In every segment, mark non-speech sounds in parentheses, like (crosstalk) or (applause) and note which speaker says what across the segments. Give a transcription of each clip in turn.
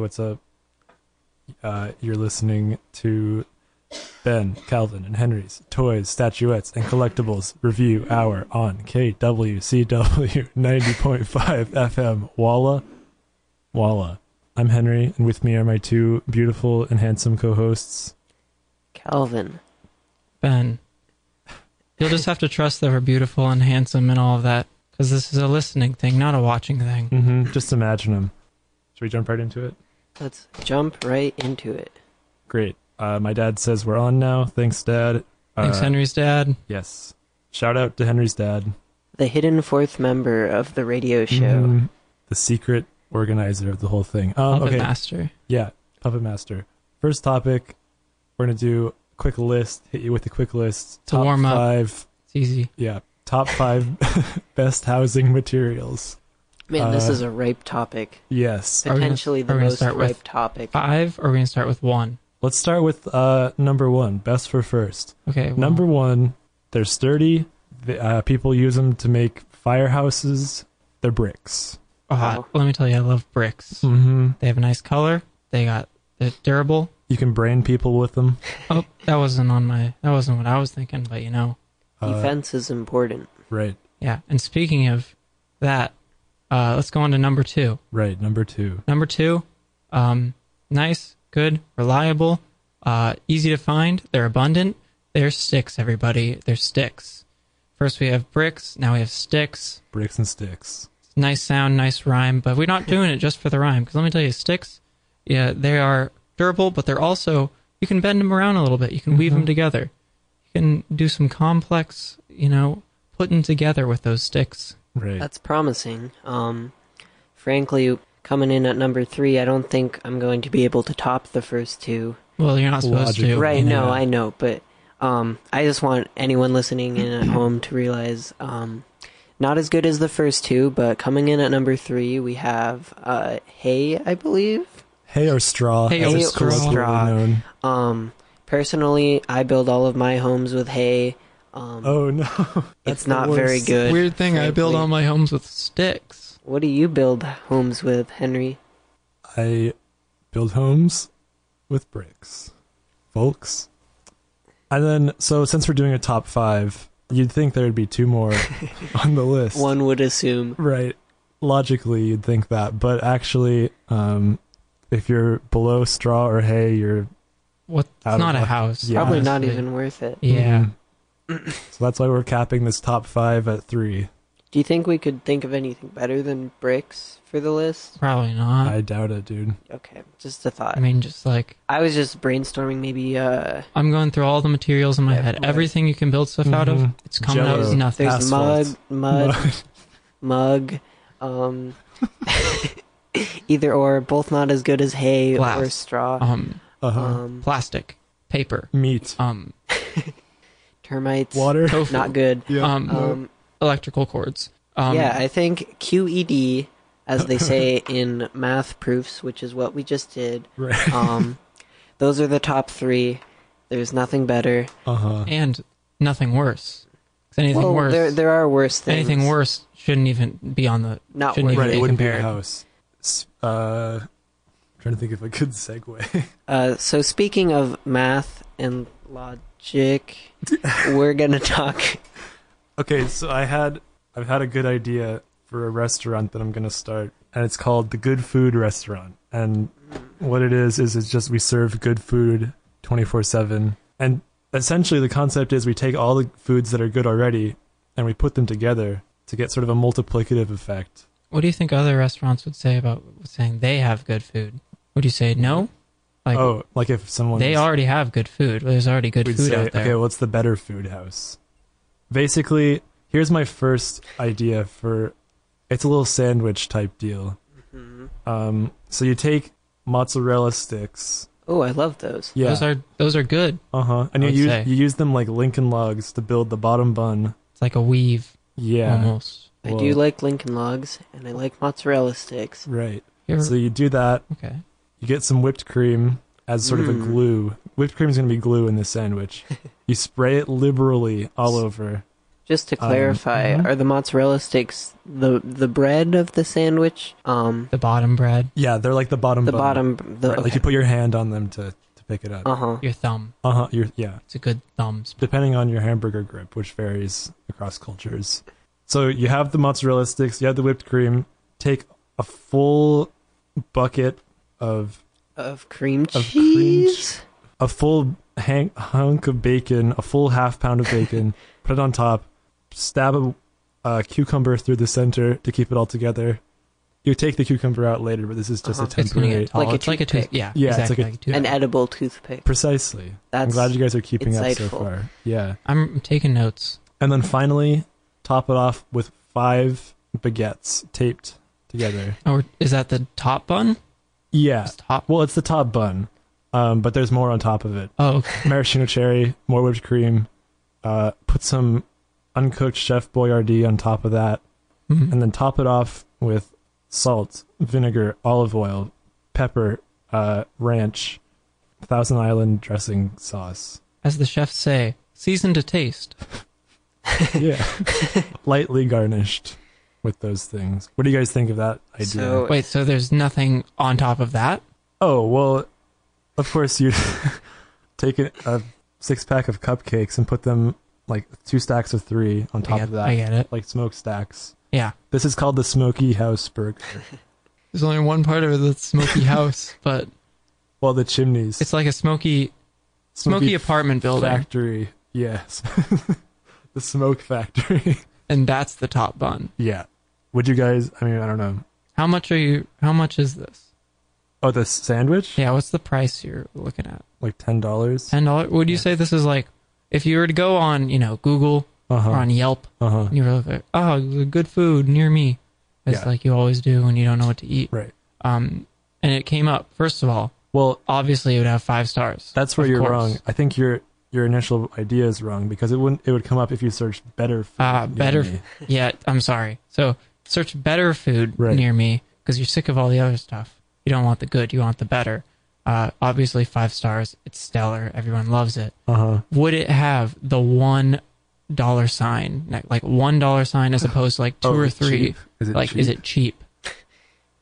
Speaker 1: what's up? Uh, you're listening to Ben, Calvin, and Henry's Toys, Statuettes, and Collectibles Review Hour on KWCW 90.5 FM Walla Walla. I'm Henry, and with me are my two beautiful and handsome co hosts.
Speaker 2: Calvin.
Speaker 3: Ben. You'll just have to trust that we're beautiful and handsome and all of that, because this is a listening thing, not a watching thing.
Speaker 1: Mm-hmm. Just imagine them. Should we jump right into it?
Speaker 2: Let's jump right into it.
Speaker 1: Great. Uh, my dad says we're on now. Thanks, Dad. Uh,
Speaker 3: Thanks, Henry's dad.
Speaker 1: Yes. Shout out to Henry's dad.
Speaker 2: The hidden fourth member of the radio show.
Speaker 3: Mm-hmm.
Speaker 1: Mhm. The secret organizer of the whole thing. Um,
Speaker 3: Puppet
Speaker 1: okay.
Speaker 3: Master.
Speaker 1: Yeah, Puppet Master. First topic, we're gonna do a quick list. Hit you with a quick list.
Speaker 3: To warm up.
Speaker 1: five.
Speaker 3: It's easy.
Speaker 1: Yeah, top five (laughs) best housing materials.
Speaker 2: Man, this
Speaker 1: Uh,
Speaker 2: is a ripe topic.
Speaker 1: Yes.
Speaker 3: Are we gonna-
Speaker 2: Potentially
Speaker 3: are we
Speaker 2: the
Speaker 3: gonna
Speaker 2: most
Speaker 3: start
Speaker 2: ripe
Speaker 3: with- Uh,
Speaker 2: topic.
Speaker 3: Five, or are we going to start with one?
Speaker 1: Let's start with uh, number one. Best for first.
Speaker 3: Okay. well,
Speaker 1: Number one, they're sturdy. The, uh, people use them to make firehouses. They're bricks.
Speaker 3: uh, let me tell you, I love bricks.
Speaker 1: Mm-hmm.
Speaker 3: They have a nice color. They got, they're durable.
Speaker 1: You can brain people with them.
Speaker 3: Oh, that wasn't on my, that wasn't what I was thinking, but you know.
Speaker 1: Uh,
Speaker 2: Defense is important.
Speaker 1: Right,
Speaker 3: Yeah. And speaking of that, uh, let's go on to number two.
Speaker 1: right. Number two.
Speaker 3: Number two, um, nice, good, reliable, uh, easy to find. They're abundant. They're sticks, everybody. They're sticks. First we have bricks. Now we have sticks.
Speaker 1: Bricks and sticks.
Speaker 3: Nice sound, nice rhyme, but we're not doing it just for the rhyme. Because let me tell you, sticks, yeah, they are durable, but they're also you can bend them around a little bit. You can weave them together. You can do some complex, you know, putting together with those sticks.
Speaker 1: Right.
Speaker 2: That's promising. Um, frankly, coming in at number three, I don't think I'm going to be able to top the first two.
Speaker 3: Well, you're not supposed to.
Speaker 1: Logical.
Speaker 2: Right?
Speaker 1: Yeah.
Speaker 2: No, I know, but um, I just want anyone listening in at home to realize um, not as good as the first two, but coming in at number three, we have uh, hay, I believe.
Speaker 1: Hay or straw.
Speaker 3: Hay
Speaker 1: as
Speaker 3: or
Speaker 1: it's colloquially
Speaker 2: oh, straw.
Speaker 1: known.
Speaker 2: Um, personally, I build all of my homes with hay. Um,
Speaker 1: Oh no. That's
Speaker 2: it's
Speaker 1: the
Speaker 2: not very
Speaker 1: worst.
Speaker 2: good.
Speaker 3: Weird thing, I build
Speaker 2: frankly.
Speaker 3: all my homes with sticks.
Speaker 2: What do you build homes with, Henry?
Speaker 1: I build homes with bricks, folks. And then, so since we're doing a top five, you'd think there'd be two
Speaker 2: (laughs)
Speaker 1: more on the list.
Speaker 2: One would assume.
Speaker 1: Right. Logically, you'd think that, but actually, um, if you're below straw or hay, you're
Speaker 3: What?
Speaker 1: Out
Speaker 3: It's not
Speaker 1: of
Speaker 3: a
Speaker 1: luck.
Speaker 3: house.
Speaker 1: Yeah. Mm-hmm.
Speaker 2: Probably not
Speaker 3: honestly.
Speaker 2: even worth it.
Speaker 3: Yeah.
Speaker 2: (clears throat)
Speaker 1: so that's why we're capping this top five at three.
Speaker 2: Do you think we could think of anything better than bricks for the list?
Speaker 3: Probably
Speaker 2: Uh,
Speaker 3: not.
Speaker 1: I doubt it, dude.
Speaker 2: Okay, just a thought.
Speaker 3: I mean, just like
Speaker 2: I was just brainstorming maybe uh
Speaker 3: I'm going through all the materials in my
Speaker 2: Yeah,
Speaker 3: head.
Speaker 2: right.
Speaker 3: Everything you can build stuff out of,
Speaker 1: Mhm.
Speaker 3: it's coming out as
Speaker 1: Jell-O.
Speaker 3: nothing.
Speaker 2: there's
Speaker 1: Asphalt.
Speaker 2: mug, mud, mug, um (laughs) either or both not as good as hay
Speaker 3: Glass.
Speaker 2: or straw.
Speaker 3: Um,
Speaker 1: (laughs) Uh-huh.
Speaker 2: Um
Speaker 3: plastic, paper,
Speaker 1: Meat,
Speaker 3: um,
Speaker 2: termites
Speaker 1: water.
Speaker 3: tofu,
Speaker 2: not good.
Speaker 1: Yeah. Uh-huh.
Speaker 3: um,
Speaker 2: Um
Speaker 3: electrical cords. Um,
Speaker 2: yeah, I think QED as they
Speaker 3: (laughs)
Speaker 2: say in math proofs, which is what we just did.
Speaker 1: Right.
Speaker 3: (laughs)
Speaker 2: Um those are the top 3. There's nothing better.
Speaker 1: Uh huh.
Speaker 3: and nothing worse. 'Cause anything
Speaker 2: well,
Speaker 3: worse,
Speaker 2: there there are worse things.
Speaker 3: anything worse shouldn't even be on the.
Speaker 2: Not
Speaker 3: shouldn't
Speaker 2: worth
Speaker 1: Right,
Speaker 3: even
Speaker 1: it
Speaker 3: be
Speaker 1: wouldn't be a
Speaker 3: compared.
Speaker 1: house. S- Uh, trying to think of a good (laughs) segue.
Speaker 2: Uh, so speaking of math and
Speaker 3: (laughs)
Speaker 2: logic, we're gonna talk.
Speaker 1: okay, so I had I've had a good idea for a restaurant that I'm gonna start, and it's called the Good Food Restaurant. And what it is is it's just we serve good food 24 seven, and essentially the concept is we take all the foods that are good already, and we put them together to get sort of a multiplicative effect.
Speaker 3: What do you think other restaurants would say about saying they have good food? Would you say no? Like
Speaker 1: oh, like if someone
Speaker 3: they
Speaker 1: was-
Speaker 3: already have good food. There's already good
Speaker 1: We'd
Speaker 3: food
Speaker 1: say,
Speaker 3: out there.
Speaker 1: okay, what's the better food house? Basically, here's my first idea for it's a little sandwich type deal.
Speaker 3: Mm-hmm.
Speaker 1: Um, so you take mozzarella sticks,
Speaker 2: Oh, I love those.
Speaker 1: yeah,
Speaker 3: Those are those are good.
Speaker 1: uh huh, and
Speaker 3: I
Speaker 1: you
Speaker 3: would
Speaker 1: use
Speaker 3: say.
Speaker 1: you use them like Lincoln logs to build the bottom bun.
Speaker 3: It's like a weave
Speaker 1: Yeah,
Speaker 3: almost.
Speaker 2: I do
Speaker 1: Well-
Speaker 2: like Lincoln Logs, and I like mozzarella sticks.
Speaker 1: right.
Speaker 3: You ever-
Speaker 1: So you do that.
Speaker 3: okay.
Speaker 1: You get some whipped cream as sort of a
Speaker 2: Mm. (laughs)
Speaker 1: glue. Whipped cream is going to be glue in this sandwich. you spray it liberally all over.
Speaker 2: Just to clarify,
Speaker 3: mhm.
Speaker 2: are the mozzarella sticks the the bread of the sandwich? Um,
Speaker 3: The bottom bread,
Speaker 1: Yeah, they're like the bottom.
Speaker 2: the
Speaker 1: bun.
Speaker 2: bottom. The
Speaker 1: Right, Like you put your hand on them to, to pick it up.
Speaker 2: uh huh.
Speaker 3: your thumb.
Speaker 1: Uh huh. Your yeah.
Speaker 3: It's a good thumb. sp-
Speaker 1: depending on your hamburger grip, which varies across cultures. So you have the mozzarella sticks, you have the whipped cream. Take a full bucket of
Speaker 2: Of cream
Speaker 1: cream
Speaker 2: cheese.
Speaker 1: a full hang- hunk of bacon, a full half pound of
Speaker 2: (laughs)
Speaker 1: bacon. put it on top. Stab a, a cucumber through the center to keep it all together. You take the cucumber out later, but this is just
Speaker 2: Uh-huh.
Speaker 1: a
Speaker 2: It's
Speaker 3: It's gonna
Speaker 1: temporary.
Speaker 3: get tall.
Speaker 2: Like a
Speaker 3: it's like a tooth.
Speaker 2: toothpick.
Speaker 3: Yeah,
Speaker 1: Yeah, it's
Speaker 3: exactly.
Speaker 1: like
Speaker 3: like a tooth-
Speaker 2: An edible toothpick.
Speaker 1: Precisely. I'm
Speaker 2: That's
Speaker 1: glad you guys are keeping up so
Speaker 2: insightful.
Speaker 1: far. Yeah.
Speaker 3: I'm taking notes.
Speaker 1: And then finally, top it off with five baguettes taped together.
Speaker 3: Or Oh, is that the top bun?
Speaker 1: Yeah.
Speaker 3: It's top.
Speaker 1: Well, it's the top bun, um, but there's more on top of it.
Speaker 3: Oh, okay.
Speaker 1: Maraschino cherry, more whipped cream. Uh, put some uncooked Chef Boyardee on top of that,
Speaker 3: Mhm.
Speaker 1: and then top it off with salt, vinegar, olive oil, pepper, uh, ranch, Thousand Island dressing sauce.
Speaker 3: As the chefs say, season to taste.
Speaker 1: Yeah, (laughs) lightly garnished with those things. What do you guys think of that idea?
Speaker 2: So
Speaker 3: Wait, so there's nothing on top of that?
Speaker 1: Oh well, of course you (laughs) take a, a six pack of cupcakes and put them like two stacks of three on top
Speaker 3: I get,
Speaker 1: of that,
Speaker 3: I get it.
Speaker 1: like smoke stacks.
Speaker 3: Yeah.
Speaker 1: This is called the Smoky House burger.
Speaker 3: There's only one part of
Speaker 1: (laughs)
Speaker 3: the smoky house, but
Speaker 1: Well, the chimneys,
Speaker 3: it's like a smoky, smoky, apartment building,
Speaker 1: factory. Yes, (laughs) the smoke factory. (laughs)
Speaker 3: and that's the top bun.
Speaker 1: yeah. Would you guys? I mean, I don't know.
Speaker 3: How much are you? How much is this?
Speaker 1: Oh, the sandwich,
Speaker 3: Yeah, what's the price you're looking at?
Speaker 1: like ten dollars.
Speaker 3: Ten dollars? Would you
Speaker 1: Yeah.
Speaker 3: say this is like, if you were to go on, you know, Google
Speaker 1: Uh
Speaker 3: or
Speaker 1: huh.
Speaker 3: on Yelp,
Speaker 1: Uh huh.
Speaker 3: and you were like, oh, good food near me, as
Speaker 1: Yeah.
Speaker 3: like you always do when you don't know what to eat.
Speaker 1: Right.
Speaker 3: Um, and it came up first of all.
Speaker 1: Well,
Speaker 3: Obviously, it would have five stars.
Speaker 1: That's where
Speaker 3: Of
Speaker 1: you're
Speaker 3: course.
Speaker 1: wrong. I think your your initial idea is wrong because it wouldn't it would come up if you searched better food.
Speaker 3: Ah,
Speaker 1: near
Speaker 3: better
Speaker 1: me.
Speaker 3: Yeah, I'm sorry. So search better food
Speaker 1: Right.
Speaker 3: near me because you're sick of all the other stuff. You don't want the good, you want the better. Uh, obviously, five stars. It's stellar. Everyone loves it.
Speaker 1: Uh-huh.
Speaker 3: Would it have the one dollar sign, ne- like one dollar sign,
Speaker 1: (sighs)
Speaker 3: as opposed to like two
Speaker 1: Oh,
Speaker 3: or
Speaker 1: is it
Speaker 3: three?
Speaker 1: cheap? Is it
Speaker 3: like,
Speaker 1: cheap?
Speaker 3: is it cheap?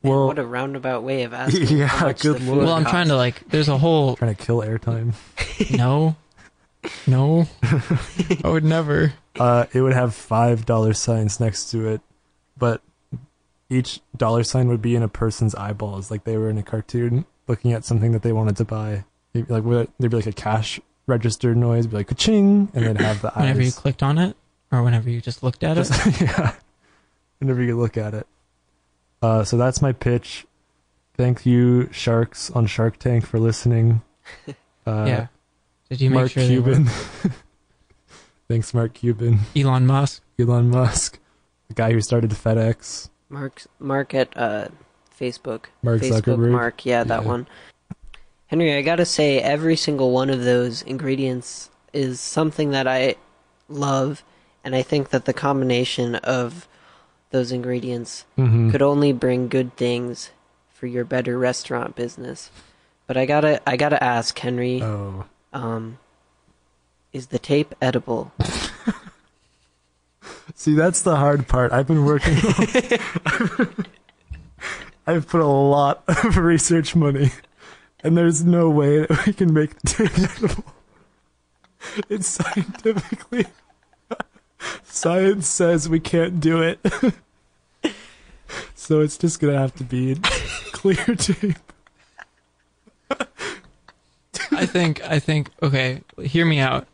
Speaker 2: Man,
Speaker 1: well-
Speaker 2: what a roundabout way of asking.
Speaker 1: Yeah,
Speaker 2: how much
Speaker 1: good
Speaker 2: the
Speaker 1: lord.
Speaker 2: food
Speaker 3: well, I'm
Speaker 2: costs.
Speaker 3: trying to like. There's a
Speaker 1: (laughs)
Speaker 3: whole
Speaker 1: trying to kill airtime?
Speaker 3: no,
Speaker 1: (laughs)
Speaker 3: no. I would never.
Speaker 1: Uh, it would have five dollar signs next to it, but each dollar sign would be in a person's eyeballs, like they were in a cartoon looking at something that they wanted to buy. It'd be Like what- there'd be like a cash register noise, be like ka-ching, and they'd have the eyes.
Speaker 3: (laughs) Whenever you clicked on it, or whenever you just looked at it,
Speaker 1: Just- (laughs) yeah. Whenever you look at it. Uh, so that's my pitch. Thank you, sharks on Shark Tank, for
Speaker 3: (laughs)
Speaker 1: listening. Uh,
Speaker 3: yeah. Did you make
Speaker 1: Mark
Speaker 3: sure they were-
Speaker 1: Cuban. (laughs) Thanks, Mark Cuban,
Speaker 3: Elon Musk?
Speaker 1: Elon Musk, the guy who started FedEx.
Speaker 2: Mark Mark at uh, Facebook.
Speaker 1: Mark
Speaker 2: Facebook
Speaker 1: Zuckerberg.
Speaker 2: Mark, yeah, that
Speaker 1: Yeah.
Speaker 2: one. Henry, I gotta say, every single one of those ingredients is something that I love, and I think that the combination of those ingredients
Speaker 3: Hmm.
Speaker 1: Mhm.
Speaker 2: could only bring good things for your better restaurant business. But I gotta, I gotta ask Henry,
Speaker 3: Uh.
Speaker 1: Oh,
Speaker 2: um, is the tape
Speaker 3: (laughs)
Speaker 2: edible?
Speaker 1: see, that's the hard part. I've been working.
Speaker 2: (laughs)
Speaker 1: I've put a lot of research money, and there's no way that we can make the tape edible. It's scientifically. Science says we can't do it. so it's just gonna have to be clear tape.
Speaker 3: I think I think okay, hear me out.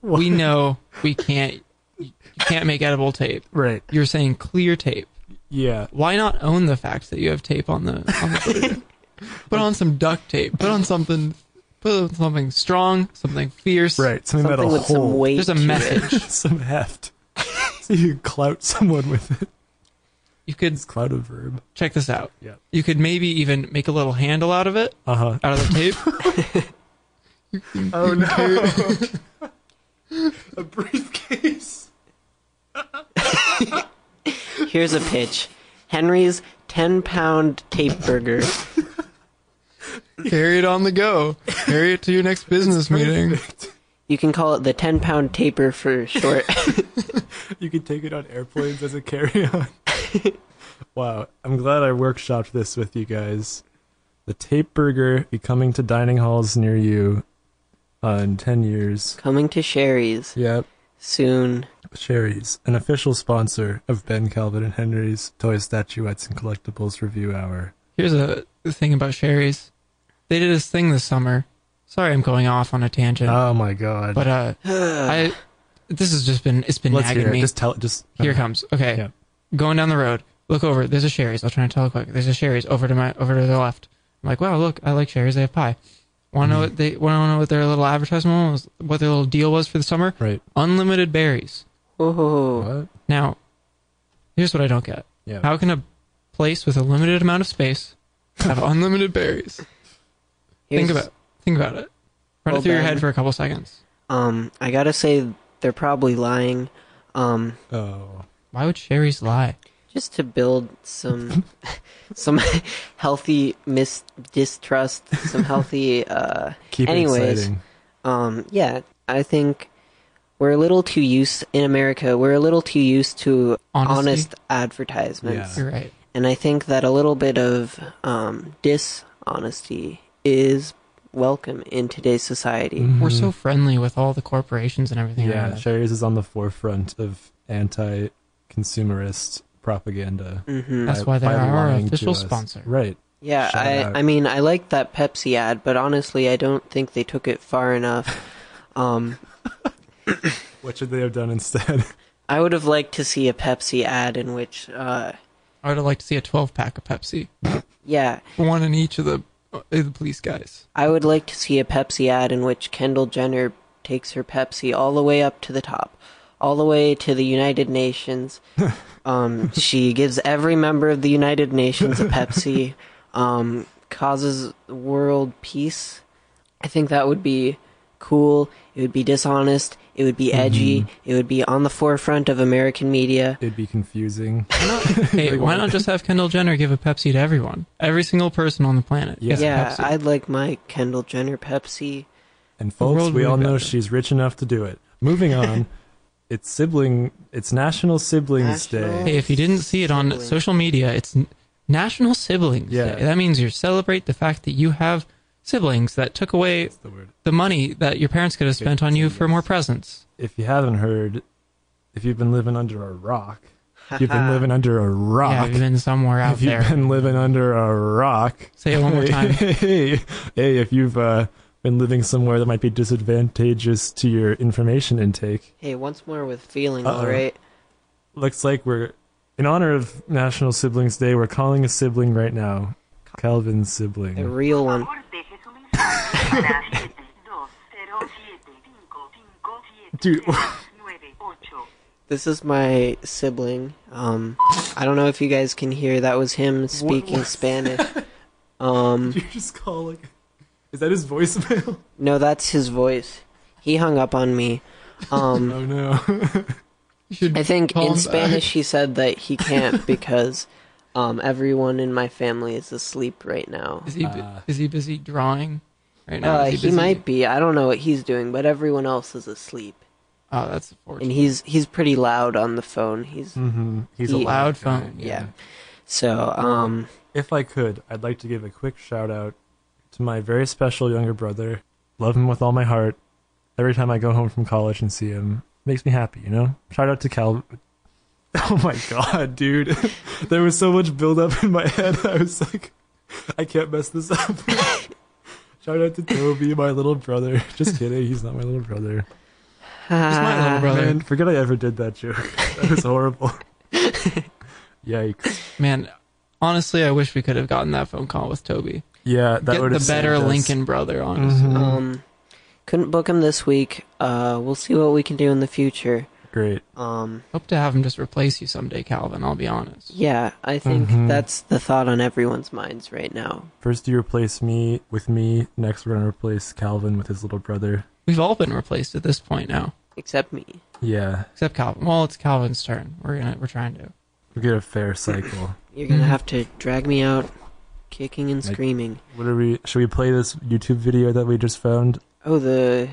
Speaker 3: We know we can't you can't make edible tape.
Speaker 1: Right.
Speaker 3: You're saying clear tape.
Speaker 1: Yeah.
Speaker 3: Why not own the fact that you have tape on the on the
Speaker 1: (laughs)
Speaker 3: footage? Put on some duct tape. Put on something put on something strong, something fierce.
Speaker 1: Right. Something,
Speaker 2: Something
Speaker 1: that'll
Speaker 2: with some
Speaker 1: hold.
Speaker 2: weight.
Speaker 3: There's a
Speaker 2: to it.
Speaker 3: message.
Speaker 1: (laughs) some heft. so you clout someone with it.
Speaker 3: You could
Speaker 1: Is clout a verb?
Speaker 3: check this out.
Speaker 1: Yeah.
Speaker 3: You could maybe even make a little handle out of it,
Speaker 1: Uh huh.
Speaker 3: out of the tape.
Speaker 1: (laughs) Oh
Speaker 3: (laughs)
Speaker 1: no! a briefcase.
Speaker 2: (laughs) Here's a pitch: Henry's ten-pound tape burger.
Speaker 1: (laughs)
Speaker 3: Carry it on the go. Carry it to your next business meeting.
Speaker 2: You can call it the 10 pound taper for
Speaker 3: (laughs)
Speaker 2: short.
Speaker 1: (laughs) You can take it on airplanes as a carry-on. (laughs) wow, I'm glad I workshopped this with you guys. The tape burger be coming to dining halls near you uh, in 10 years.
Speaker 2: Coming to Sherry's
Speaker 1: Yep.
Speaker 2: soon. (sighs)
Speaker 1: Sherry's, an official sponsor of Ben Calvin and Henry's Toy Statuettes and Collectibles Review Hour.
Speaker 3: Here's a thing about Sherry's. They did this thing this summer. Sorry, I'm going off on a tangent.
Speaker 1: Oh my god.
Speaker 3: but uh, I this has just been it's been
Speaker 1: Let's
Speaker 3: nagging
Speaker 1: hear it.
Speaker 3: me.
Speaker 1: Just tell it. Just uh,
Speaker 3: Here it comes. Okay.
Speaker 1: Uh-huh. Yeah.
Speaker 3: Going down the road. Look over. There's a Sherry's. I'll try and tell it quick. There's a Sherry's over to my over to the left. I'm like, wow, look, I like Sherry's. They have pie. Want
Speaker 1: Mm-hmm.
Speaker 3: to know what they want to know what their little advertisement was? What their little deal was for the summer?
Speaker 1: Right.
Speaker 3: Unlimited berries.
Speaker 2: Oh,
Speaker 1: What?
Speaker 3: Now, here's what I don't get.
Speaker 1: Yeah.
Speaker 3: How can a place with a limited amount of space
Speaker 1: (laughs)
Speaker 3: have unlimited berries? Think about think about it. Run
Speaker 2: Well,
Speaker 3: it through your
Speaker 2: Ben.
Speaker 3: head for a couple seconds.
Speaker 2: Um, I gotta say, they're probably lying. Um,
Speaker 1: oh.
Speaker 3: Why would Sherry's lie?
Speaker 2: just to build some (laughs) some healthy mis- distrust, some healthy uh
Speaker 1: Keep it
Speaker 2: anyways,
Speaker 1: exciting.
Speaker 2: um yeah, I think we're a little too used in America, we're a little too used to
Speaker 3: Honesty?
Speaker 2: honest advertisements.
Speaker 1: Yeah.
Speaker 3: You're right.
Speaker 2: And I think that a little bit of um dishonesty is welcome in today's society.
Speaker 1: Mm.
Speaker 3: We're
Speaker 1: Mm-hmm.
Speaker 3: so friendly with all the corporations and everything.
Speaker 1: Yeah,
Speaker 3: around us.
Speaker 1: Sherry's is on the forefront of anti-consumerist propaganda.
Speaker 2: Mhm.
Speaker 3: That's why they
Speaker 1: by
Speaker 3: are our
Speaker 1: lying to
Speaker 3: official
Speaker 1: us.
Speaker 3: sponsor.
Speaker 1: Right.
Speaker 2: Yeah,
Speaker 1: Shout
Speaker 2: I,
Speaker 1: out.
Speaker 2: I mean, I like that Pepsi ad, but honestly, I don't think they took it
Speaker 1: (laughs)
Speaker 2: far enough. Um,
Speaker 1: What should they have done instead? (laughs)
Speaker 2: I would have liked to see a Pepsi ad in which, uh,
Speaker 3: I would have liked to see a 12 pack of Pepsi,
Speaker 2: yeah,
Speaker 3: one in each of the, uh, the police guys.
Speaker 2: I would like to see a Pepsi ad in which Kendall Jenner takes her Pepsi all the way up to the top, all the way to the United
Speaker 3: (laughs)
Speaker 2: Nations. Um, she gives every member of the United Nations a
Speaker 3: (laughs)
Speaker 2: Pepsi, um, causes world peace. I think that would be cool. It would be dishonest. It would
Speaker 3: Mm-hmm.
Speaker 2: be edgy. It would be on the forefront of American media.
Speaker 1: It'd be confusing.
Speaker 3: (laughs) Hey, why not just have Kendall Jenner give a Pepsi to everyone? Every single person on the planet.
Speaker 1: Yeah.
Speaker 3: gets a
Speaker 2: yeah,
Speaker 3: Pepsi.
Speaker 2: I'd like my Kendall Jenner Pepsi.
Speaker 1: And
Speaker 3: world
Speaker 1: folks, we
Speaker 3: would
Speaker 1: all
Speaker 3: be
Speaker 1: know
Speaker 3: better.
Speaker 1: she's rich enough to do it. Moving
Speaker 3: (laughs)
Speaker 1: on, it's sibling. It's National Siblings
Speaker 2: National-
Speaker 1: Day.
Speaker 3: Hey, if you didn't see it on
Speaker 2: Siblings.
Speaker 3: social media, it's N- National Siblings
Speaker 1: Yeah.
Speaker 3: Day. That means you celebrate the fact that you have siblings that took away
Speaker 1: That's the word.
Speaker 3: the money that your parents could have spent on you for more presents.
Speaker 1: If you haven't heard, if you've been living under a rock, you've been living under a
Speaker 3: Yeah,
Speaker 1: rock.
Speaker 3: Ah. if you've been somewhere out
Speaker 1: if you've
Speaker 3: there.
Speaker 1: been living under a rock,
Speaker 3: (laughs) Say it one (laughs) more
Speaker 1: (laughs)
Speaker 3: time.
Speaker 1: Hey, hey, if you've uh, been living somewhere that might be disadvantageous to your information intake,
Speaker 2: Hey, once more with feeling,
Speaker 1: Uh-oh.
Speaker 2: all right?
Speaker 1: looks like we're, in honor of National Siblings Day, we're calling a sibling right now. Calvin's (laughs)
Speaker 2: The
Speaker 1: sibling.
Speaker 2: real
Speaker 4: Por
Speaker 2: one.
Speaker 4: favor, deje su mensaje a las 7207-557-987.
Speaker 1: Dude,
Speaker 2: This is my sibling. Um, I don't know if you guys can hear. That was him speaking
Speaker 1: was
Speaker 2: Spanish. Um,
Speaker 1: you just call like, is that his voicemail?
Speaker 2: no, that's his voice. He hung up on me. Um,
Speaker 1: Oh no.
Speaker 3: You should
Speaker 2: I think
Speaker 3: call
Speaker 2: in
Speaker 3: him back.
Speaker 2: Spanish he said that he can't because um, everyone in my family is asleep right now.
Speaker 3: Is he bu-
Speaker 1: Uh,
Speaker 3: is he busy drawing right now?
Speaker 2: Uh,
Speaker 3: Is
Speaker 2: he
Speaker 3: busy-
Speaker 2: might be. I don't know what he's doing, but everyone else is asleep,
Speaker 3: Oh, that's
Speaker 2: and
Speaker 3: unfortunate.
Speaker 2: he's he's pretty loud on the phone. He's
Speaker 1: mm-hmm. He's
Speaker 2: He-
Speaker 3: Loud
Speaker 1: guy,
Speaker 3: phone,
Speaker 2: yeah. So um,
Speaker 1: If I could, I'd like to give a quick shout out to my very special younger brother. Love him with all my heart. Every time I go home from college and see him, makes me happy, you know? Shout out to Cal. (laughs) Oh my god, dude. (laughs) there was so much buildup in my head. I was like, I can't mess this up. (laughs) shout out to Toby, my little brother. Just kidding, he's not my little brother.
Speaker 3: He's my little brother.
Speaker 1: Man,
Speaker 3: Man.
Speaker 1: forget I ever did that joke. That was
Speaker 3: (laughs)
Speaker 1: horrible. Yikes.
Speaker 3: honestly, I wish we could have gotten that phone call with Toby.
Speaker 1: Yeah, that
Speaker 3: Get
Speaker 1: would
Speaker 3: the
Speaker 1: have
Speaker 3: better
Speaker 1: saved us.
Speaker 3: Lincoln brother, honestly.
Speaker 1: Mhm.
Speaker 2: Um, couldn't book him this week. Uh, we'll see what we can do in the future.
Speaker 1: Great.
Speaker 2: Um,
Speaker 3: Hope to have him just replace you someday, Calvin. I'll be honest.
Speaker 2: yeah, I think
Speaker 1: Mhm.
Speaker 2: that's the thought on everyone's minds right now.
Speaker 1: First, you replace me with me. Next, we're gonna replace Calvin with his little brother.
Speaker 3: We've all been replaced at this point now,
Speaker 2: Except me.
Speaker 1: Yeah,
Speaker 3: except Calvin. Well, it's Calvin's turn. We're gonna we're trying to.
Speaker 1: we get a fair (clears throat) cycle.
Speaker 2: You're gonna
Speaker 3: Mhm.
Speaker 2: have to drag me out, kicking and
Speaker 1: Mm-hmm. Like-
Speaker 2: screaming.
Speaker 1: what are we? Should we play this YouTube video that we just found?
Speaker 2: Oh, the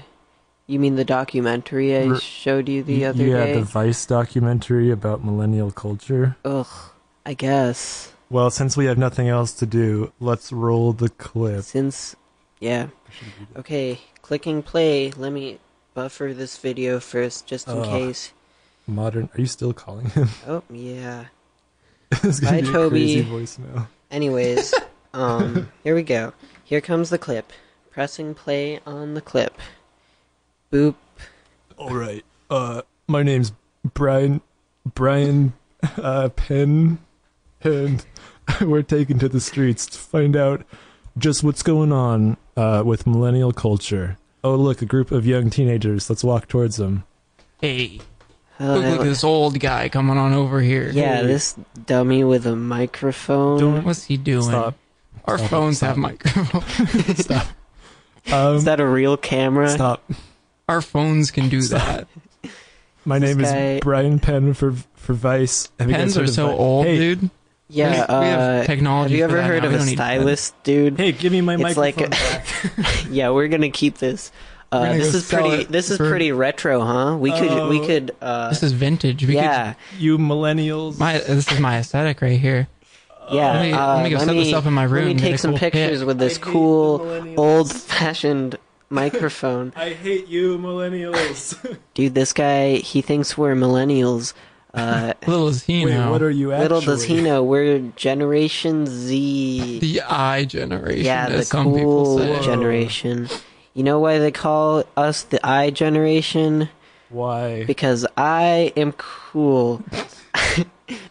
Speaker 2: You mean the documentary I
Speaker 1: R-
Speaker 2: showed you the other
Speaker 1: yeah,
Speaker 2: day?
Speaker 1: the Vice documentary about millennial culture.
Speaker 2: Ugh, I guess.
Speaker 1: Well, since we have nothing else to do, let's roll the clip.
Speaker 2: Since, yeah. Okay, clicking play. Let me buffer this video first, just in
Speaker 1: Ugh.
Speaker 2: case.
Speaker 1: Modern. Are you still calling him? (laughs)
Speaker 2: Oh, yeah.
Speaker 1: it's gonna
Speaker 2: Bye,
Speaker 1: be a
Speaker 2: Toby.
Speaker 1: crazy voicemail.
Speaker 2: Anyways, um, here we go. Here comes the clip. Pressing play on the clip. Boop.
Speaker 1: All right. Uh, my name's Brian. Brian uh, Penn, (laughs) and we're taken to the streets to find out just what's going on uh, with millennial culture. Oh, look, a group of young teenagers. Let's walk towards them.
Speaker 3: Hey,
Speaker 2: Hello.
Speaker 3: look at this old guy coming on over here.
Speaker 2: Uh, Oh, Yeah,
Speaker 1: Hey.
Speaker 2: this dummy with a microphone.
Speaker 1: Don't-
Speaker 3: What's he doing?
Speaker 1: Stop.
Speaker 3: Our
Speaker 1: Stop it.
Speaker 3: phones
Speaker 1: Stop
Speaker 3: have
Speaker 1: it.
Speaker 2: (laughs)
Speaker 3: microphones. (laughs)
Speaker 1: Stop. Um,
Speaker 2: Is that a real camera?
Speaker 1: stop.
Speaker 3: Our phones can do that.
Speaker 1: My
Speaker 2: This
Speaker 1: name
Speaker 2: guy-
Speaker 1: is Brian Penn for for Vice. Have you guys
Speaker 3: Pens
Speaker 1: heard
Speaker 3: are
Speaker 1: of
Speaker 3: so
Speaker 1: Vi-
Speaker 3: old,
Speaker 1: hey,
Speaker 3: dude.
Speaker 2: Yeah.
Speaker 3: We- we
Speaker 2: uh,
Speaker 3: have technology
Speaker 2: Have you
Speaker 3: for
Speaker 2: ever
Speaker 3: that
Speaker 2: heard
Speaker 3: now.
Speaker 2: of
Speaker 3: We
Speaker 2: a
Speaker 3: don't need pens.
Speaker 2: stylist, dude?
Speaker 1: Hey, give me my
Speaker 2: It's like- (laughs)
Speaker 1: microphone.
Speaker 2: Yeah, we're gonna keep this.
Speaker 3: We're
Speaker 2: Uh,
Speaker 3: gonna
Speaker 2: this
Speaker 3: go
Speaker 2: is
Speaker 3: sell
Speaker 2: pretty.
Speaker 3: it
Speaker 2: This is
Speaker 3: for-
Speaker 2: pretty retro, huh? We could. we
Speaker 1: Oh.
Speaker 2: could. Uh,
Speaker 3: This is vintage. We could-
Speaker 2: yeah.
Speaker 1: you millennials.
Speaker 3: my uh, this is my aesthetic right here.
Speaker 2: Yeah,
Speaker 3: Let me-
Speaker 2: uh,
Speaker 3: let me go set this up in my room,
Speaker 2: Let me
Speaker 3: get
Speaker 2: take
Speaker 3: a
Speaker 2: some
Speaker 3: cool pic.
Speaker 2: pictures with this
Speaker 1: I hate the
Speaker 2: cool,
Speaker 1: millennials.
Speaker 2: old-fashioned microphone.
Speaker 1: I hate you millennials. (laughs)
Speaker 2: Dude, this guy, he thinks we're millennials.
Speaker 3: (laughs)
Speaker 2: Uh,
Speaker 3: Little as he
Speaker 1: Wait,
Speaker 3: know,
Speaker 1: what are you actually?
Speaker 2: little does he know, we're Generation Z.
Speaker 3: the I generation.
Speaker 2: yeah,
Speaker 3: as
Speaker 2: the
Speaker 3: some people
Speaker 2: cool
Speaker 3: say.
Speaker 1: gen-
Speaker 2: generation. You know why they call us the I generation?
Speaker 1: Why?
Speaker 2: Because I am cool. (laughs)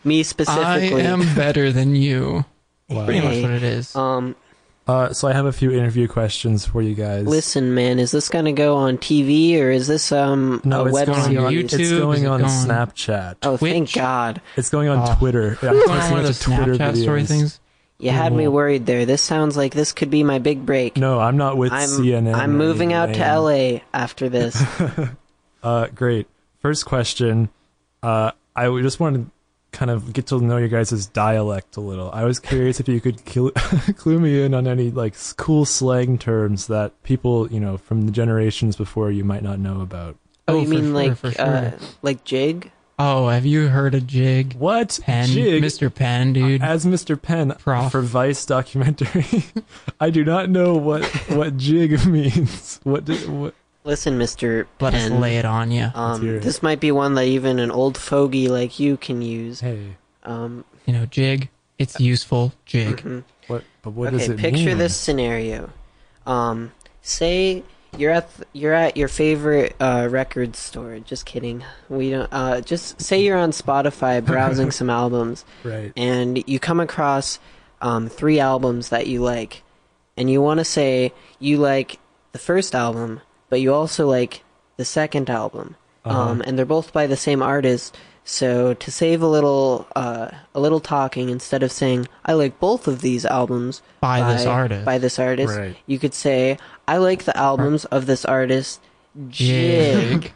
Speaker 2: Me
Speaker 3: I
Speaker 2: specifically.
Speaker 3: am better than you. Pretty much what it is.
Speaker 2: Um,
Speaker 1: Uh, so I have a few interview questions for you guys.
Speaker 2: listen, man, is this gonna go on TV or is this um
Speaker 1: no,
Speaker 2: a
Speaker 1: it's
Speaker 2: web
Speaker 1: going on
Speaker 3: series?
Speaker 1: YouTube.
Speaker 3: YouTube,
Speaker 1: It's
Speaker 3: is
Speaker 1: going
Speaker 3: it
Speaker 1: on
Speaker 3: going-
Speaker 1: Snapchat.
Speaker 2: Oh, thank
Speaker 3: Twitch?
Speaker 2: God!
Speaker 1: It's going on
Speaker 3: Oh. (laughs)
Speaker 1: Twitter. Yeah, I'm
Speaker 3: Going on
Speaker 1: posting
Speaker 3: one of
Speaker 1: a
Speaker 3: those
Speaker 1: bunch of Twitter
Speaker 3: Snapchat story
Speaker 1: videos.
Speaker 3: things.
Speaker 2: You had me worried there. This sounds like this could be my big break.
Speaker 1: No, I'm not with
Speaker 2: I'm
Speaker 1: CNN.
Speaker 2: I'm
Speaker 1: or
Speaker 2: moving out
Speaker 3: E
Speaker 1: anything.
Speaker 2: to LA after
Speaker 3: (laughs)
Speaker 2: this.
Speaker 3: Oh,
Speaker 1: Uh, great. First question. Uh, I would- just wanted to kind of get to know your guys' dialect a little. I was curious if you could cl- (laughs) clue me in on any like s- cool slang terms that people, you know, from the generations before you might not know about.
Speaker 2: oh,
Speaker 3: Oh,
Speaker 2: you
Speaker 3: for
Speaker 2: mean
Speaker 3: sure,
Speaker 2: like
Speaker 3: for
Speaker 2: uh,
Speaker 3: sure.
Speaker 2: like jig?
Speaker 3: Oh, have you heard of Jig?
Speaker 1: What?
Speaker 3: Penn,
Speaker 1: Jig? Uh,
Speaker 3: Mr. Penn, dude.
Speaker 1: As Mr. Penn
Speaker 3: Prof.
Speaker 1: for Vice documentary, (laughs) I do not know what what jig (laughs) means. What? Did, what?
Speaker 2: Listen, Mister
Speaker 3: Let us
Speaker 2: Penn.
Speaker 3: lay it on you.
Speaker 2: Um,
Speaker 1: hear it.
Speaker 2: this might be one that even an old fogey like you can use.
Speaker 1: Hey,
Speaker 2: Um,
Speaker 3: you know, Jig. It's useful, Jig.
Speaker 2: Mm-hmm.
Speaker 1: what? But what
Speaker 2: okay,
Speaker 1: does it
Speaker 2: picture
Speaker 1: mean?
Speaker 2: this scenario. Um, say you're at th- you're at your favorite uh, record store. Just kidding. We don't. Uh, just say you're on Spotify
Speaker 3: (laughs)
Speaker 2: browsing some albums,
Speaker 1: Right.
Speaker 2: and you come across um, three albums that you like, and you want to say you like the first album, but you also like the second album,
Speaker 3: Uh-huh.
Speaker 2: um, and they're both by the same artist. So to save a little uh, a little talking, instead of saying I like both of these albums
Speaker 3: By this artist."
Speaker 2: by this artist,
Speaker 1: Right.
Speaker 2: you could say I like the albums of this artist. Jig.
Speaker 3: Jig.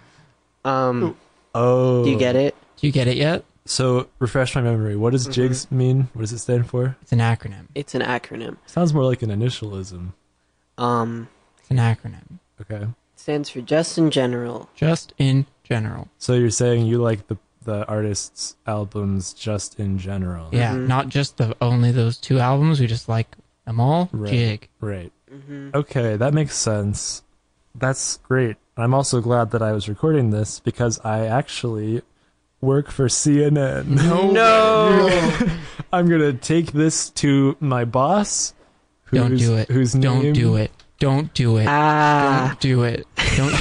Speaker 2: Um,
Speaker 1: Oh,
Speaker 2: do you get it?
Speaker 3: Do you get it yet?
Speaker 1: So refresh my memory. What does jigs
Speaker 2: Mm-hmm.
Speaker 1: mean? What does it stand for?
Speaker 3: It's an acronym.
Speaker 2: It's an acronym.
Speaker 1: Sounds more like an initialism.
Speaker 2: Um,
Speaker 3: It's an acronym.
Speaker 1: Okay.
Speaker 2: stands for just in general.
Speaker 3: Just in general.
Speaker 1: So you're saying you like the the artist's albums just in
Speaker 2: Mm-hmm.
Speaker 1: general.
Speaker 3: Yeah, not just the only those two albums. We just like them all.
Speaker 1: Right.
Speaker 3: Jig.
Speaker 1: Right. Okay, that makes sense. That's great. I'm also glad that I was recording this because I actually work for CNN.
Speaker 3: No.
Speaker 1: (laughs) I'm gonna take this to my boss. Who's,
Speaker 3: Don't do it.
Speaker 1: Whose
Speaker 3: Don't
Speaker 1: name,
Speaker 3: do it. Don't do it.
Speaker 2: Ah,
Speaker 3: Don't do it. Don't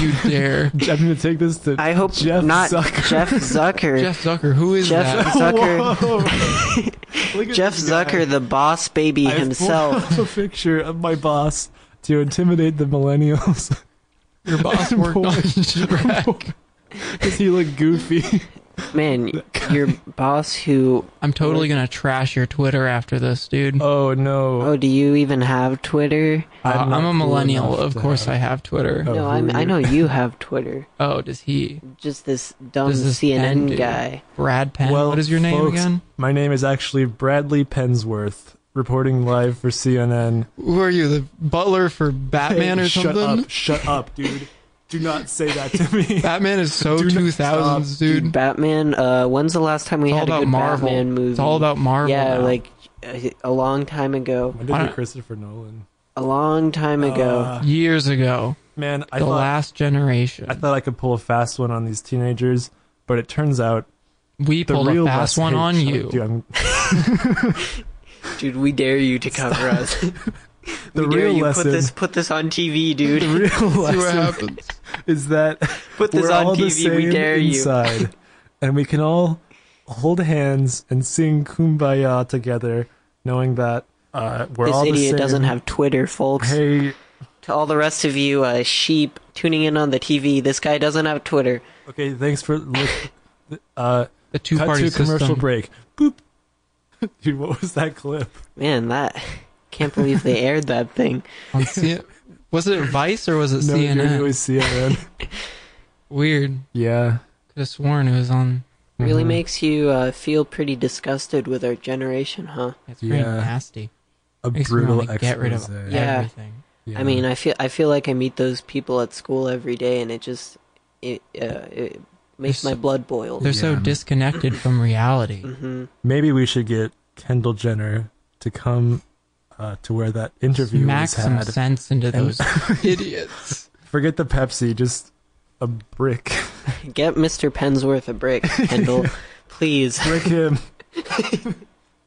Speaker 1: (laughs)
Speaker 3: you dare.
Speaker 1: (laughs) I'm gonna take this to.
Speaker 2: I hope
Speaker 1: Jeff
Speaker 2: not
Speaker 1: Zucker.
Speaker 2: Jeff Zucker.
Speaker 3: Jeff Zucker, who is
Speaker 2: Jeff
Speaker 3: that?
Speaker 2: Zucker.
Speaker 1: Whoa. (laughs) Look at
Speaker 2: Jeff
Speaker 1: this guy.
Speaker 2: Zucker, the boss baby
Speaker 1: I
Speaker 3: (laughs)
Speaker 2: himself.
Speaker 1: pulled up a picture of my boss to intimidate the millennials (laughs)
Speaker 3: Your boss worked on Shrek.
Speaker 1: because he looked goofy.
Speaker 2: Man, your boss who.
Speaker 3: I'm totally gonna trash your Twitter after this, dude.
Speaker 1: Oh no!
Speaker 2: Oh, do you even have Twitter?
Speaker 3: Uh,
Speaker 1: I'm
Speaker 3: I'm,
Speaker 1: not
Speaker 3: a
Speaker 1: cool
Speaker 3: millennial.
Speaker 1: enough
Speaker 3: Of
Speaker 1: to
Speaker 3: course,
Speaker 1: have-
Speaker 3: I
Speaker 1: (laughs)
Speaker 3: have Twitter.
Speaker 1: Oh,
Speaker 3: Oh,
Speaker 2: no,
Speaker 1: who
Speaker 2: I'm,
Speaker 1: are
Speaker 2: I
Speaker 1: you?
Speaker 2: know you have Twitter.
Speaker 3: does he?
Speaker 2: Just this dumb
Speaker 3: Does this Penn
Speaker 2: CNN
Speaker 3: dude?
Speaker 2: guy.
Speaker 3: Brad Penn.
Speaker 1: well,
Speaker 3: what is your name
Speaker 1: folks,
Speaker 3: again?
Speaker 1: My name is actually Bradley Pensworth, reporting live for CNN.
Speaker 3: Who are you? The butler for Batman
Speaker 1: Hey,
Speaker 3: or
Speaker 1: shut
Speaker 3: something?
Speaker 1: up! Shut up, dude. Do not say that (laughs) to me.
Speaker 3: Batman is so
Speaker 1: Do not
Speaker 3: 2000s, dude.
Speaker 2: Batman. Uh, when's the last time we
Speaker 3: It's all
Speaker 2: had a
Speaker 3: about
Speaker 2: good
Speaker 3: Marvel.
Speaker 2: Batman movie?
Speaker 3: It's all about Marvel.
Speaker 2: Yeah,
Speaker 3: now.
Speaker 2: like a, a long time ago.
Speaker 1: when did
Speaker 3: I
Speaker 1: the
Speaker 3: don't-
Speaker 1: Christopher Nolan?
Speaker 2: A long time ago.
Speaker 1: Uh,
Speaker 3: years ago,
Speaker 1: man, I
Speaker 3: the
Speaker 1: thought
Speaker 3: last generation.
Speaker 1: I thought I could pull a fast one on these teenagers, but it turns out
Speaker 3: we
Speaker 1: the
Speaker 3: pulled a
Speaker 1: real
Speaker 3: fast
Speaker 1: Wes
Speaker 3: one
Speaker 1: H- (laughs)
Speaker 3: on
Speaker 1: Oh,
Speaker 3: you.
Speaker 1: Dude, I'm,
Speaker 2: Dude, we dare you to
Speaker 3: (laughs)
Speaker 2: cover us.
Speaker 1: the
Speaker 2: we dare
Speaker 1: real
Speaker 2: you
Speaker 1: lesson.
Speaker 2: put this put this on TV,
Speaker 1: the
Speaker 2: dude.
Speaker 1: real
Speaker 3: See what
Speaker 1: lesson
Speaker 3: happens.
Speaker 1: (laughs) is that
Speaker 2: Put this
Speaker 1: we're
Speaker 2: on
Speaker 1: all the
Speaker 2: TV. We
Speaker 1: same
Speaker 2: dare you.
Speaker 1: inside, (laughs) and we can all hold hands and sing "Kumbaya" together, knowing that uh, we're
Speaker 2: This
Speaker 1: all the
Speaker 2: idiot
Speaker 1: same.
Speaker 2: doesn't have Twitter, folks.
Speaker 1: Hey,
Speaker 2: To all the rest of you, uh, sheep tuning in on the TV, this guy doesn't have Twitter.
Speaker 1: okay, thanks for look. Uh,
Speaker 3: The two
Speaker 1: cut
Speaker 3: party
Speaker 1: to
Speaker 3: system.
Speaker 1: commercial break. Boop. (laughs) Dude, what was that clip?
Speaker 2: Man, that (laughs) can't
Speaker 1: (laughs)
Speaker 2: believe they aired that thing.
Speaker 3: on C- (laughs) was it Vice or was it
Speaker 1: no, dude,
Speaker 3: CNN?
Speaker 1: it was CNN.
Speaker 3: Weird.
Speaker 1: yeah.
Speaker 3: Could have sworn it was on.
Speaker 2: Really
Speaker 1: Mhm.
Speaker 2: makes you uh, feel pretty disgusted with our generation, huh?
Speaker 3: It's pretty
Speaker 1: Yeah.
Speaker 3: nasty.
Speaker 1: a
Speaker 3: Makes me
Speaker 1: brutal
Speaker 3: wanna
Speaker 1: expose.
Speaker 3: get rid of
Speaker 2: Yeah.
Speaker 3: everything.
Speaker 1: Yeah.
Speaker 2: I mean, uh, I feel I feel like I meet those people at school every day, and it just it uh, it makes
Speaker 3: There's-
Speaker 2: my blood boil.
Speaker 3: They're so
Speaker 1: Yeah.
Speaker 3: disconnected from reality. (laughs)
Speaker 2: hmm
Speaker 1: maybe we should get Kendall Jenner to come uh, to where that interview
Speaker 3: Smack
Speaker 1: was
Speaker 3: some
Speaker 1: had.
Speaker 3: sense into
Speaker 1: And-
Speaker 3: those (laughs) idiots.
Speaker 1: Forget the Pepsi, just a brick.
Speaker 2: (laughs) Get Mr. Pensworth a brick,
Speaker 1: (laughs)
Speaker 2: Kendall, please,
Speaker 1: Brick (laughs) him.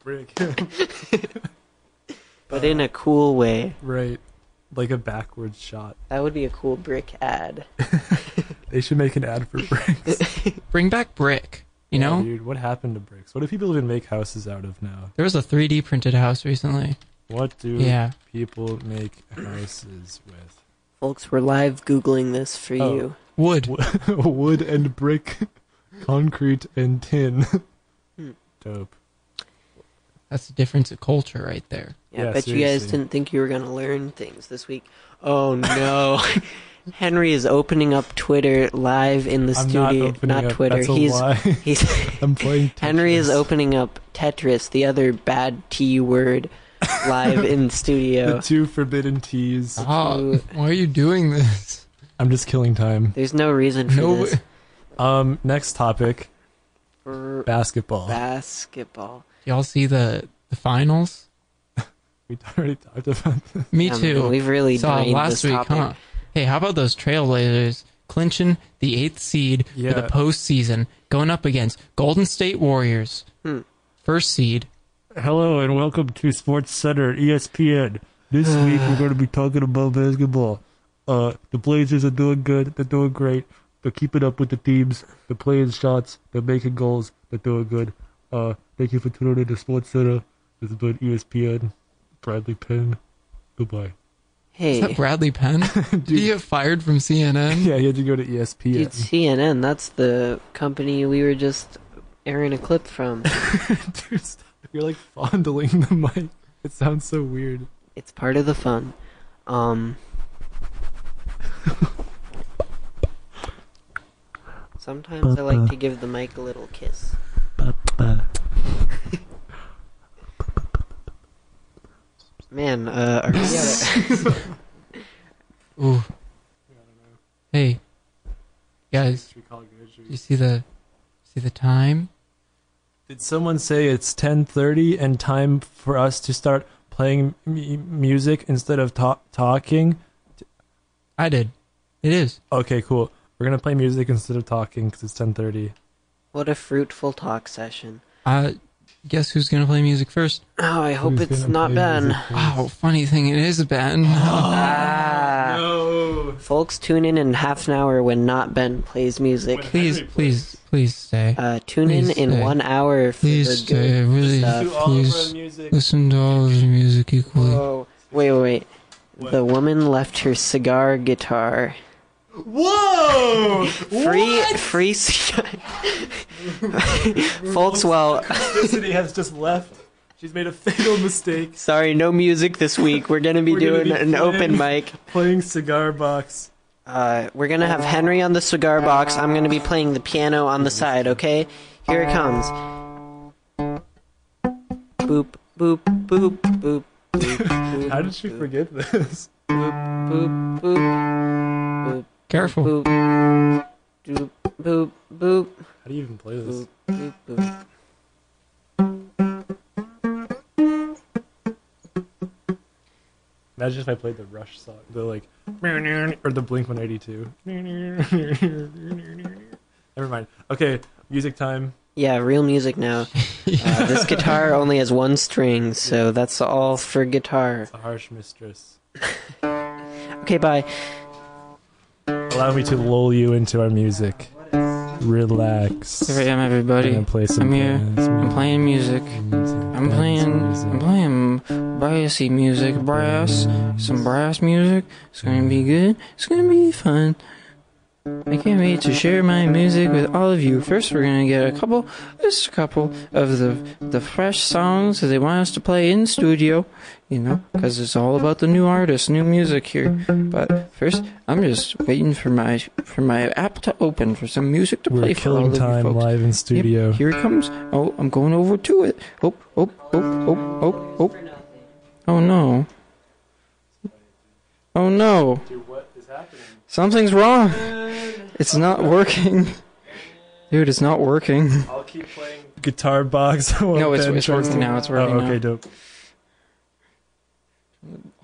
Speaker 1: brick him.
Speaker 2: but in a cool way.
Speaker 1: Right. Like a backwards shot.
Speaker 2: That would be a cool brick ad.
Speaker 1: They should make an ad for bricks.
Speaker 3: Bring back brick. You
Speaker 1: Yeah,
Speaker 3: know,
Speaker 1: dude, what happened to bricks? What do people even make houses out of now?
Speaker 3: there was a 3D printed house recently.
Speaker 1: What do
Speaker 3: Yeah.
Speaker 1: people make houses with?
Speaker 2: Folks, we're live googling this for
Speaker 1: Oh.
Speaker 2: you.
Speaker 3: Wood.
Speaker 1: (laughs)
Speaker 3: (laughs)
Speaker 1: Wood and brick, concrete and tin.
Speaker 2: Hmm.
Speaker 1: Dope.
Speaker 3: That's the difference of culture right there.
Speaker 2: Yeah,
Speaker 1: Yeah,
Speaker 2: I bet you guys
Speaker 1: seriously.
Speaker 2: didn't think you were gonna learn things this week. Oh no. (laughs) Henry is opening up Twitter live in the
Speaker 1: I'm not
Speaker 2: studio.
Speaker 1: opening up.
Speaker 2: Twitter.
Speaker 1: That's a
Speaker 2: he's
Speaker 1: lie. (laughs)
Speaker 2: he's (laughs)
Speaker 1: I'm playing.
Speaker 2: Henry is
Speaker 1: Tetris.
Speaker 2: opening up Tetris, the other bad T word,
Speaker 1: (laughs)
Speaker 2: live in
Speaker 1: The
Speaker 2: studio.
Speaker 1: two forbidden teas.
Speaker 3: Oh, why are you doing this?
Speaker 1: I'm just killing time.
Speaker 2: There's no reason for
Speaker 3: No
Speaker 2: this.
Speaker 3: way.
Speaker 1: Um, next topic:
Speaker 2: For
Speaker 1: basketball.
Speaker 2: basketball.
Speaker 3: Y'all see the the finals?
Speaker 1: we (laughs) already talked about this.
Speaker 3: Me
Speaker 2: Um,
Speaker 3: too.
Speaker 2: We've really
Speaker 3: Saw
Speaker 2: drained
Speaker 3: last
Speaker 2: this
Speaker 3: week,
Speaker 2: topic.
Speaker 3: huh? Hey, how about those Trailblazers clinching the eighth seed for
Speaker 1: Yeah.
Speaker 3: the postseason, going up against Golden State Warriors,
Speaker 2: Hmm.
Speaker 3: first seed.
Speaker 1: Hello and welcome to Sports Center E ESPN. (sighs) This week we're going to be talking about basketball. Uh, the Blazers are doing good. They're doing great. They're keeping up with the teams. They're playing shots. They're making goals. They're doing good. Uh, thank you for tuning in to Sports Center. This has been E ESPN. Bradley Penn. Goodbye.
Speaker 3: Is that
Speaker 2: Hey,
Speaker 3: Bradley Penn? Did he get fired from
Speaker 1: (laughs)
Speaker 3: CNN?
Speaker 1: Yeah, you had to go to E ESPN. (laughs)
Speaker 2: dude, CNN, that's the company we were just airing a clip from.
Speaker 1: Dude, stop. You're like fondling the mic. It sounds so weird.
Speaker 2: it's part of the fun. Um, sometimes I like to give the mic a little kiss. Man, uh, are we at a-
Speaker 3: Ooh. Hey, guys, you see the see the time?
Speaker 1: Did someone say it's 10:30 and time for us to start playing m- music instead of ta- talking?
Speaker 3: I did. It is.
Speaker 1: Okay, cool. We're gonna play music instead of talking because it's 10:30.
Speaker 2: what a fruitful talk session.
Speaker 3: Uh, guess who's gonna play music first?
Speaker 2: Oh, I hope
Speaker 1: Who's
Speaker 2: it's
Speaker 1: gonna
Speaker 2: not
Speaker 1: play
Speaker 2: Ben.
Speaker 1: music first?
Speaker 3: Wow, funny thing, it is Ben.
Speaker 1: Oh,
Speaker 2: Ah.
Speaker 1: No.
Speaker 2: Folks, tune in in half an hour when not Ben plays music.
Speaker 3: please, please, please stay.
Speaker 2: Uh, tune in
Speaker 3: Please
Speaker 2: in
Speaker 3: stay.
Speaker 2: one hour for
Speaker 3: Please
Speaker 2: the good
Speaker 3: stay. Really,
Speaker 2: stuff.
Speaker 1: Do all of our
Speaker 3: please
Speaker 1: music.
Speaker 3: listen to all of the music equally.
Speaker 2: Whoa. Wait, wait, wait. The woman left her cigar guitar.
Speaker 1: Whoa!
Speaker 2: Free, free cigar. (laughs) Folks, well,
Speaker 1: Felicity has just left. She's made a fatal mistake
Speaker 2: sorry, no music this week. We're gonna be
Speaker 1: We're gonna
Speaker 2: doing
Speaker 1: be
Speaker 2: an open mic.
Speaker 1: playing cigar box.
Speaker 2: Uh, we're gonna have Henry on the cigar box. I'm gonna be playing the piano on the side. Okay, here it comes. Boop, boop, boop, boop. boop, boop
Speaker 1: How did she forget this?
Speaker 2: Boop, boop, boop. Boop,
Speaker 3: Careful.
Speaker 2: Boop. Doop, boop, boop,
Speaker 1: How do you even play this?
Speaker 2: boop, boop, boop.
Speaker 1: Imagine if I played the Rush song, the like, or the Blink 182. Never mind. Okay, music time.
Speaker 2: Yeah, real music now. Uh, this guitar only has one string, so that's all for guitar.
Speaker 1: It's a harsh mistress.
Speaker 2: Okay, bye.
Speaker 1: Allow me to lull you into our music. Relax.
Speaker 3: Here I am, everybody.
Speaker 1: I'm gonna play some
Speaker 3: I'm here.
Speaker 1: dance
Speaker 3: I'm
Speaker 1: music.
Speaker 3: playing music.
Speaker 1: Music,
Speaker 3: I'm
Speaker 1: dance
Speaker 3: playing.
Speaker 1: music.
Speaker 3: I'm playing brassy music. Brass. Some brass music. It's gonna be good. It's gonna be fun. I can't wait to share my music with all of you. First, we're gonna get a couple, just a couple of the the fresh songs that they want us to play in studio, you know, because it's all about the new artists, new music here. But first, I'm just waiting for my for my app to open for some music to
Speaker 1: We're
Speaker 3: play for all
Speaker 1: killing
Speaker 3: of you
Speaker 1: time
Speaker 3: folks.
Speaker 1: live in
Speaker 3: Yep,
Speaker 1: studio.
Speaker 3: here it comes. Oh, I'm going over to it. Oh, oh, oh, oh, oh, oh. Oh no. Oh no.
Speaker 1: Dude, what is happening?
Speaker 3: Something's wrong. It's not working. Dude, it's not working. (laughs)
Speaker 1: I'll keep playing Guitar Box. (laughs) while
Speaker 3: No, it's,
Speaker 1: Ben
Speaker 3: it's
Speaker 1: tries
Speaker 3: working
Speaker 1: to-
Speaker 3: now. It's
Speaker 1: Oh,
Speaker 3: working
Speaker 1: okay,
Speaker 3: now.
Speaker 1: dope.